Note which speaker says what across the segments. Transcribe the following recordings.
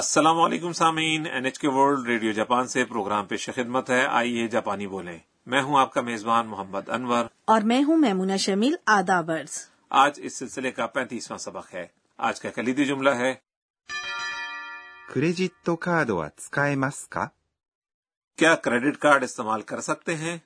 Speaker 1: السلام علیکم سامعین N H K World Radio Japan سے پروگرام پیش خدمت ہے آئیے جاپانی بولیں میں ہوں آپ کا میزبان محمد انور
Speaker 2: اور میں ہوں میمونہ شمیل آدابرز
Speaker 1: آج اس سلسلے کا پینتیسواں سبق ہے آج کا کلیدی جملہ ہے
Speaker 3: クレジットカードは使えますか
Speaker 1: کیا کریڈٹ کارڈ استعمال کر سکتے ہیں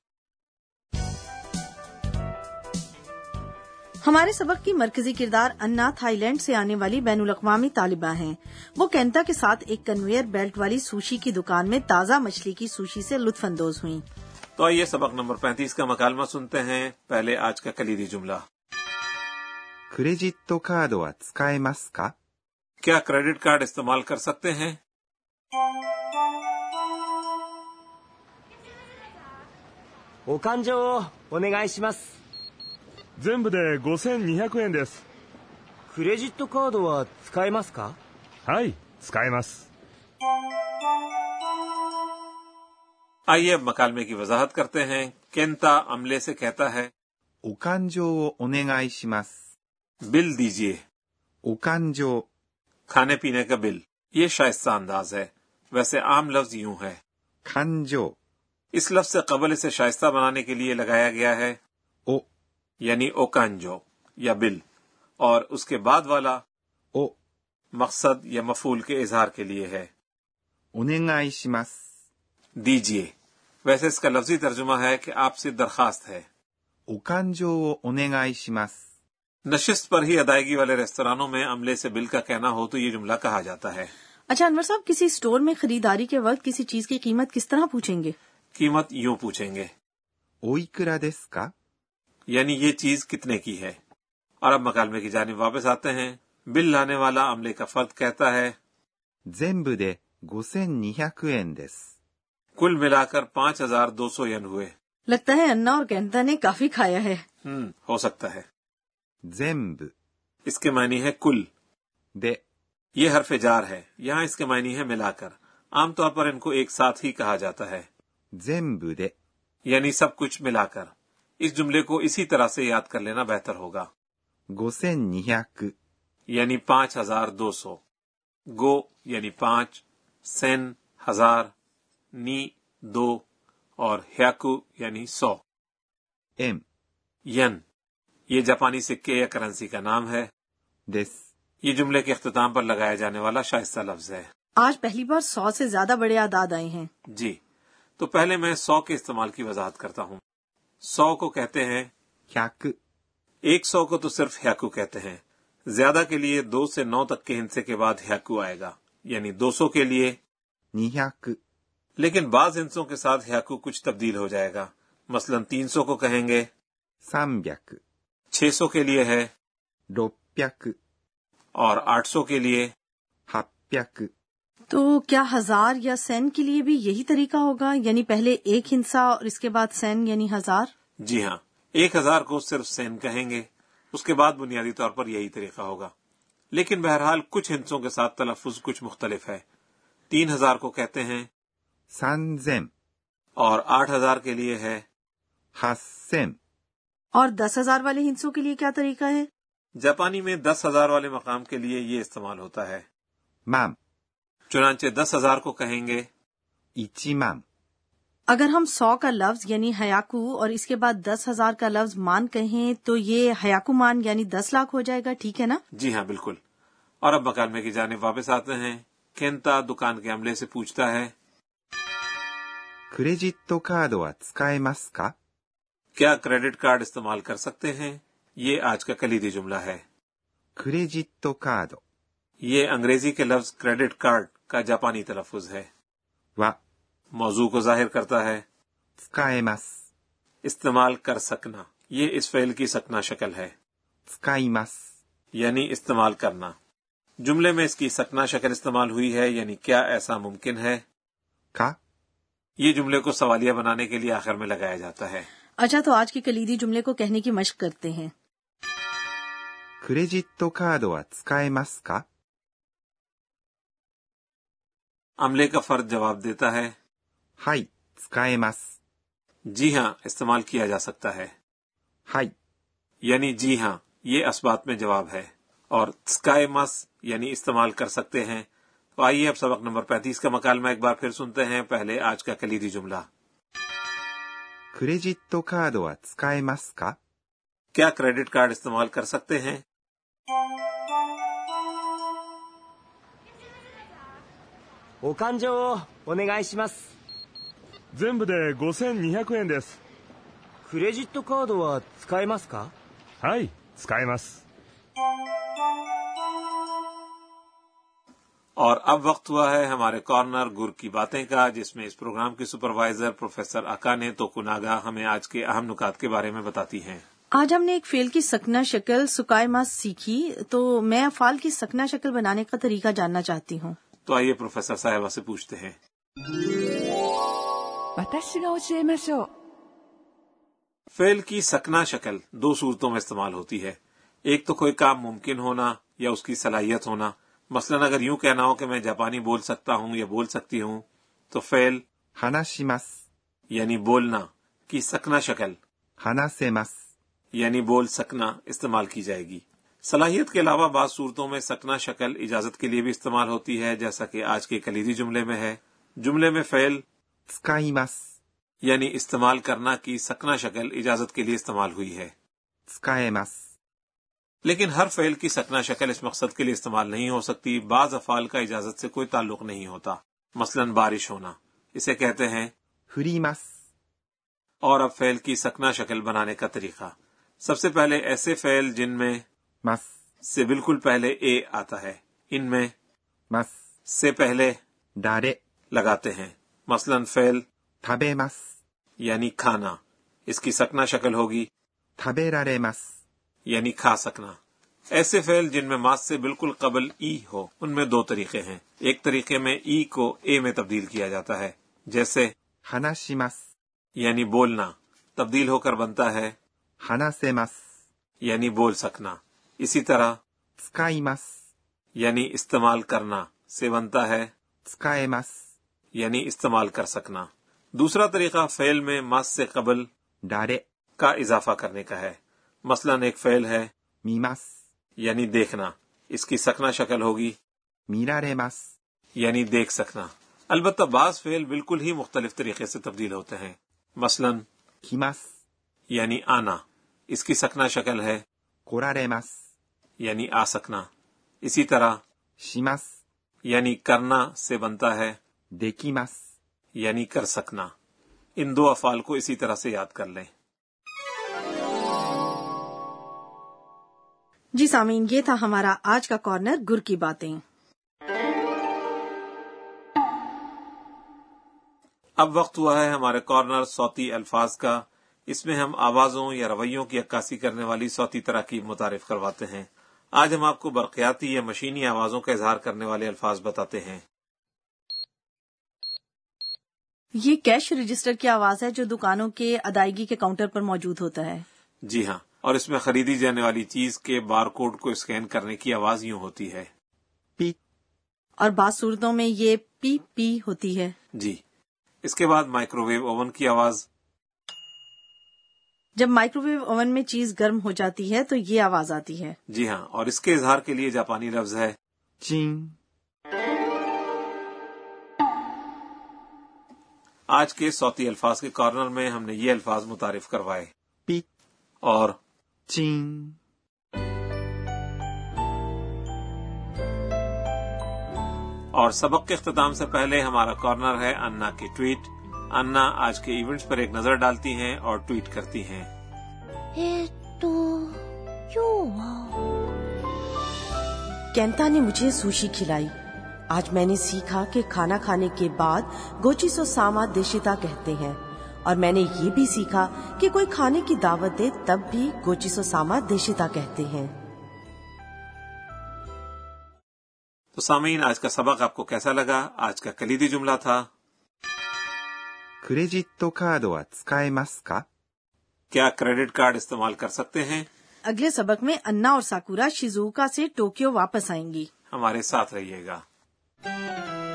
Speaker 2: ہمارے سبق کی مرکزی کردار انا تھائی لینڈ سے آنے والی بین الاقوامی طالبہ ہیں وہ کینتا کے ساتھ ایک کنویئر بیلٹ والی سوشی کی دکان میں تازہ مچھلی کی سوشی سے لطف اندوز ہوئیں
Speaker 1: تو آئیے سبق نمبر پینتیس کا مکالمہ سنتے ہیں پہلے آج کا کلیدی جملہ
Speaker 3: クレジットカードは使えますか
Speaker 1: کیا کریڈٹ کارڈ استعمال کر سکتے ہیں آئیے اب مکالمے کی وضاحت کرتے ہیں کینتا عملے سے کہتا ہے
Speaker 3: お勘定をお願いします。
Speaker 1: بل دیجیے
Speaker 3: お勘定、
Speaker 1: کھانے پینے کا بل یہ شائستہ انداز ہے ویسے عام لفظ یوں ہے
Speaker 3: 勘定
Speaker 1: اس لفظ سے قبل اسے شائستہ بنانے کے لیے لگایا گیا ہے
Speaker 3: を、
Speaker 1: یعنی اوکانجو یا بل اور اس کے بعد والا
Speaker 3: を、
Speaker 1: مقصد یا مفول کے اظہار کے لیے ہے
Speaker 3: お願いします。
Speaker 1: دیجیے ویسے اس کا لفظی ترجمہ ہے کہ آپ سے درخواست ہے
Speaker 3: お勘定をお願いします。
Speaker 1: نشست پر ہی ادائیگی والے ریستورانوں میں عملے سے بل کا کہنا ہو تو یہ جملہ کہا جاتا ہے
Speaker 2: اچھا انور صاحب کسی اسٹور میں خریداری کے وقت کسی چیز کی قیمت کس طرح پوچھیں گے
Speaker 1: قیمت یوں پوچھیں گے
Speaker 3: おいくらですか
Speaker 1: یعنی یہ چیز کتنے کی ہے اور اب مکالمے کی جانب واپس آتے ہیں بل لانے والا عملے کا فرد کہتا ہے
Speaker 3: 全部で5200円です。
Speaker 1: کل ملا کر پانچ ہزار دو سو ین ہوئے
Speaker 2: لگتا ہے انا اور کینتا نے کافی کھایا ہے
Speaker 1: ہوں ہو سکتا ہے
Speaker 3: 全部
Speaker 1: اس کے معنی ہے کل
Speaker 3: で
Speaker 1: یہ حرف جار ہے یہاں اس کے معنی ہے ملا کر عام طور پر ان کو ایک ساتھ ہی کہا جاتا ہے
Speaker 3: 全部で
Speaker 1: یعنی سب کچھ ملا کر اس جملے کو اسی طرح سے یاد کر لینا بہتر ہوگا
Speaker 3: 5200
Speaker 1: یعنی پانچ ہزار دو سو گو یعنی پانچ سین ہزار نی دو اور ہیاکو یعنی سو
Speaker 3: 円
Speaker 1: ین یہ جاپانی سکے یا کرنسی کا نام ہے
Speaker 3: です。
Speaker 1: یہ جملے کے اختتام پر لگایا جانے والا شائستہ لفظ ہے
Speaker 2: آج پہلی بار سو سے زیادہ بڑے اعداد آئے ہیں
Speaker 1: جی تو پہلے میں سو کے استعمال کی وضاحت کرتا ہوں سو کو کہتے ہیں
Speaker 3: 100、
Speaker 1: ایک سو کو تو صرف ہیاکو کہتے ہیں زیادہ کے لیے دو سے نو تک کے ہندسے کے بعد ہیاکو آئے گا یعنی دو سو کے لیے
Speaker 3: 200、
Speaker 1: لیکن بعض ہندسوں کے ساتھ ہیاکو کچھ تبدیل ہو جائے گا مثلا تین سو کو کہیں گے
Speaker 3: 300、
Speaker 1: چھ سو کے لیے ہے
Speaker 3: 600、
Speaker 1: اور آٹھ سو کے لیے
Speaker 3: 800、
Speaker 2: تو کیا ہزار یا سین کے لیے بھی یہی طریقہ ہوگا یعنی پہلے ایک ہنسا اور اس کے بعد سین یعنی ہزار
Speaker 1: جی ہاں ایک ہزار کو صرف سین کہیں گے اس کے بعد بنیادی طور پر یہی طریقہ ہوگا لیکن بہرحال کچھ ہندسوں کے ساتھ تلفظ کچھ مختلف ہے تین ہزار کو کہتے ہیں
Speaker 3: 3000、
Speaker 1: اور آٹھ ہزار کے لیے ہے
Speaker 3: 8000、
Speaker 2: اور دس ہزار والے ہنسوں کے لیے کیا طریقہ ہے
Speaker 1: جاپانی میں دس ہزار والے مقام کے لیے یہ استعمال ہوتا ہے
Speaker 3: 万、
Speaker 1: چنانچہ دس ہزار کو کہیں گے
Speaker 3: 1万、
Speaker 2: اگر ہم سو کا لفظ یعنی حیاکو اور اس کے بعد دس ہزار کا لفظ مان کہیں تو یہ حیاکو مان یعنی دس لاکھ ہو جائے گا ٹھیک ہے نا
Speaker 1: جی ہاں بالکل اور اب مکالمے کی جانب واپس آتے ہیں کینتا دکان کے عملے سے پوچھتا ہے
Speaker 3: クレジットカードは使えますか
Speaker 1: کیا کریڈٹ کارڈ استعمال کر سکتے ہیں یہ آج کا کلیدی جملہ ہے
Speaker 3: クレジットカード
Speaker 1: یہ انگریزی کے لفظ کریڈٹ کارڈ کا جاپانی تلفظ ہے
Speaker 3: は
Speaker 1: موضوع کو ظاہر کرتا ہے
Speaker 3: 使えます。
Speaker 1: استعمال کر سکنا یہ اس فعل کی سکنا شکل ہے
Speaker 3: 使います。
Speaker 1: یعنی استعمال کرنا جملے میں اس کی سکنا شکل استعمال ہوئی ہے یعنی کیا ایسا ممکن ہے
Speaker 3: か
Speaker 1: یہ جملے کو سوالیہ بنانے کے لیے آخر میں لگایا جاتا ہے
Speaker 2: اچھا تو آج کے کلیدی جملے کو کہنے کی مشق کرتے ہیں
Speaker 3: クレジットカードは使えますか
Speaker 1: عملے کا فرد جواب دیتا ہے
Speaker 3: はい、使えます。
Speaker 1: جی ہاں استعمال کیا جا سکتا ہے
Speaker 3: はい、
Speaker 1: یعنی جی ہاں یہ اسبات میں جواب ہے اور تسکائے مس یعنی استعمال کر سکتے ہیں تو آئیے اب سبق نمبر پینتیس کا مکالمہ ایک بار پھر سنتے ہیں پہلے آج کا کلیدی جملہ
Speaker 3: クレジットカードは使えますか
Speaker 1: کیا کریڈٹ کارڈ استعمال کر سکتے ہیں
Speaker 4: 「お勘定をお願いします
Speaker 5: 全部で5200円です」
Speaker 4: 「クレジットカードは使えますか?
Speaker 5: はい使えます
Speaker 1: اور اب وقت ہوا ہے ہمارے کارنر گر کی باتیں کا جس میں اس پروگرام کی سپروائزر پروفیسر اکا نے توکناگا ہمیں آج کے اہم نکات کے بارے میں بتاتی ہیں
Speaker 2: آج ہم نے ایک فیل کی سکنا شکل سکائے ماس سیکھی تو میں افعال کی سکنا شکل بنانے کا طریقہ جاننا چاہتی ہوں
Speaker 1: تو آئیے پروفیسر صاحبہ سے پوچھتے ہیں
Speaker 6: 私が教えましょう
Speaker 1: فعل کی سکنا شکل دو صورتوں میں استعمال ہوتی ہے ایک تو کوئی کام ممکن ہونا یا اس کی صلاحیت ہونا مثلا اگر یوں کہنا ہو کہ میں جاپانی بول سکتا ہوں یا بول سکتی ہوں تو فعل
Speaker 3: 話します。
Speaker 1: یعنی بولنا کی سکنا شکل
Speaker 3: 話せます。
Speaker 1: یعنی بول سکنا استعمال کی جائے گی صلاحیت کے علاوہ بعض صورتوں میں سکنا شکل اجازت کے لیے بھی استعمال ہوتی ہے جیسا کہ آج کے کلیدی جملے میں ہے جملے میں فعل
Speaker 3: 使います。
Speaker 1: یعنی استعمال کرنا کی سکنا شکل اجازت کے لیے استعمال ہوئی ہے
Speaker 3: 使えます。
Speaker 1: لیکن ہر فعل کی سکنا شکل اس مقصد کے لیے استعمال نہیں ہو سکتی بعض افعال کا اجازت سے کوئی تعلق نہیں ہوتا مثلا بارش ہونا اسے کہتے ہیں
Speaker 3: 振ります。
Speaker 1: اور اب فعل کی سکنا شکل بنانے کا طریقہ سب سے پہلے ایسے فعل جن میں
Speaker 3: ます。
Speaker 1: سے بالکل پہلے اے آتا ہے ان میں
Speaker 3: ます。
Speaker 1: سے پہلے
Speaker 3: 誰
Speaker 1: لگاتے ہیں مثلا فعل
Speaker 3: 食べます。
Speaker 1: یعنی کھانا اس کی سکنا شکل ہوگی
Speaker 3: 食べられます。
Speaker 1: یعنی کھا سکنا ایسے فعل جن میں ماس سے بالکل قبل ای ہو ان میں دو طریقے ہیں ایک طریقے میں ای کو اے میں تبدیل کیا جاتا ہے جیسے
Speaker 3: 話します。
Speaker 1: یعنی بولنا تبدیل ہو کر بنتا ہے
Speaker 3: 話せます。
Speaker 1: یعنی بول سکنا اسی طرح
Speaker 3: 使います。
Speaker 1: یعنی استعمال کرنا سے بنتا ہے
Speaker 3: 使えます。
Speaker 1: یعنی استعمال کر سکنا دوسرا طریقہ فعل میں ماس سے قبل
Speaker 3: 誰
Speaker 1: کا اضافہ کرنے کا ہے مثلا ایک فعل ہے
Speaker 3: 見ます。
Speaker 1: یعنی دیکھنا اس کی سکنا شکل ہوگی
Speaker 3: 見られます。
Speaker 1: یعنی دیکھ سکنا البتہ بعض فعل بالکل ہی مختلف طریقے سے تبدیل ہوتے ہیں مثلا
Speaker 3: 来ます。
Speaker 1: یعنی آنا اس کی سکنا شکل ہے
Speaker 3: 来られます。
Speaker 1: یعنی آ سکنا اسی طرح
Speaker 3: します。
Speaker 1: یعنی کرنا سے بنتا ہے
Speaker 3: できます。
Speaker 1: یعنی کر سکنا ان دو افعال کو اسی طرح سے یاد کر لیں
Speaker 2: جی سامعین یہ تھا ہمارا آج کا کارنر گر کی باتیں
Speaker 1: اب وقت ہوا ہے ہمارے کارنر صوتی الفاظ کا اس میں ہم آوازوں یا رویوں کی عکاسی کرنے والی صوتی تراکیب متعارف کرواتے ہیں آج ہم آپ کو برقیاتی یا مشینی آوازوں کا اظہار کرنے والے الفاظ بتاتے ہیں
Speaker 2: یہ کیش رجسٹر کی آواز ہے جو دکانوں کے ادائیگی کے کاؤنٹر پر موجود ہوتا ہے
Speaker 1: جی ہاں اور اس میں خریدی جانے والی چیز کے بار کوڈ کو اسکین کرنے کی آواز یوں ہوتی ہے
Speaker 3: ピッ
Speaker 2: اور بعض صورتوں میں یہ پی پی ہوتی ہے
Speaker 1: جی اس کے بعد مائکرو ویو اوون کی آواز
Speaker 2: جب مائکرو ویو اوون میں چیز گرم ہو جاتی ہے تو یہ آواز آتی ہے
Speaker 1: جی ہاں اور اس کے اظہار کے لیے جاپانی لفظ ہے
Speaker 3: チン。
Speaker 1: آج کے صوتی الفاظ کے کارنر میں ہم نے یہ الفاظ متعارف کروائے
Speaker 3: ピッ
Speaker 1: اور
Speaker 3: チン。
Speaker 1: اور سبق کے اختتام سے پہلے ہمارا کارنر ہے انا کی ٹویٹ انا آج کے ایونٹس پر ایک نظر ڈالتی ہیں اور ٹویٹ کرتی ہیں
Speaker 7: えーっと、今日は、
Speaker 2: کینتا نے مجھے سوشی کھلائی آج میں نے سیکھا کہ کھانا کھانے کے بعد گوچی سو ساما دیشیتا کہتے ہیں اور میں نے یہ بھی سیکھا کہ کوئی کھانے کی دعوت دے تب بھی گوچی سو ساما دیشیتا کہتے ہیں
Speaker 1: تو سامعین آج کا سبق آپ کو کیسا لگا آج کا کلیدی جملہ تھا
Speaker 3: クレジットカードは使えますか
Speaker 1: کیا کریڈٹ کارڈ استعمال کر سکتے ہیں
Speaker 2: اگلے سبق میں انا اور ساکورا شیزوکا سے ٹوکیو واپس آئیں گی
Speaker 1: ہمارے ساتھ رہیے گا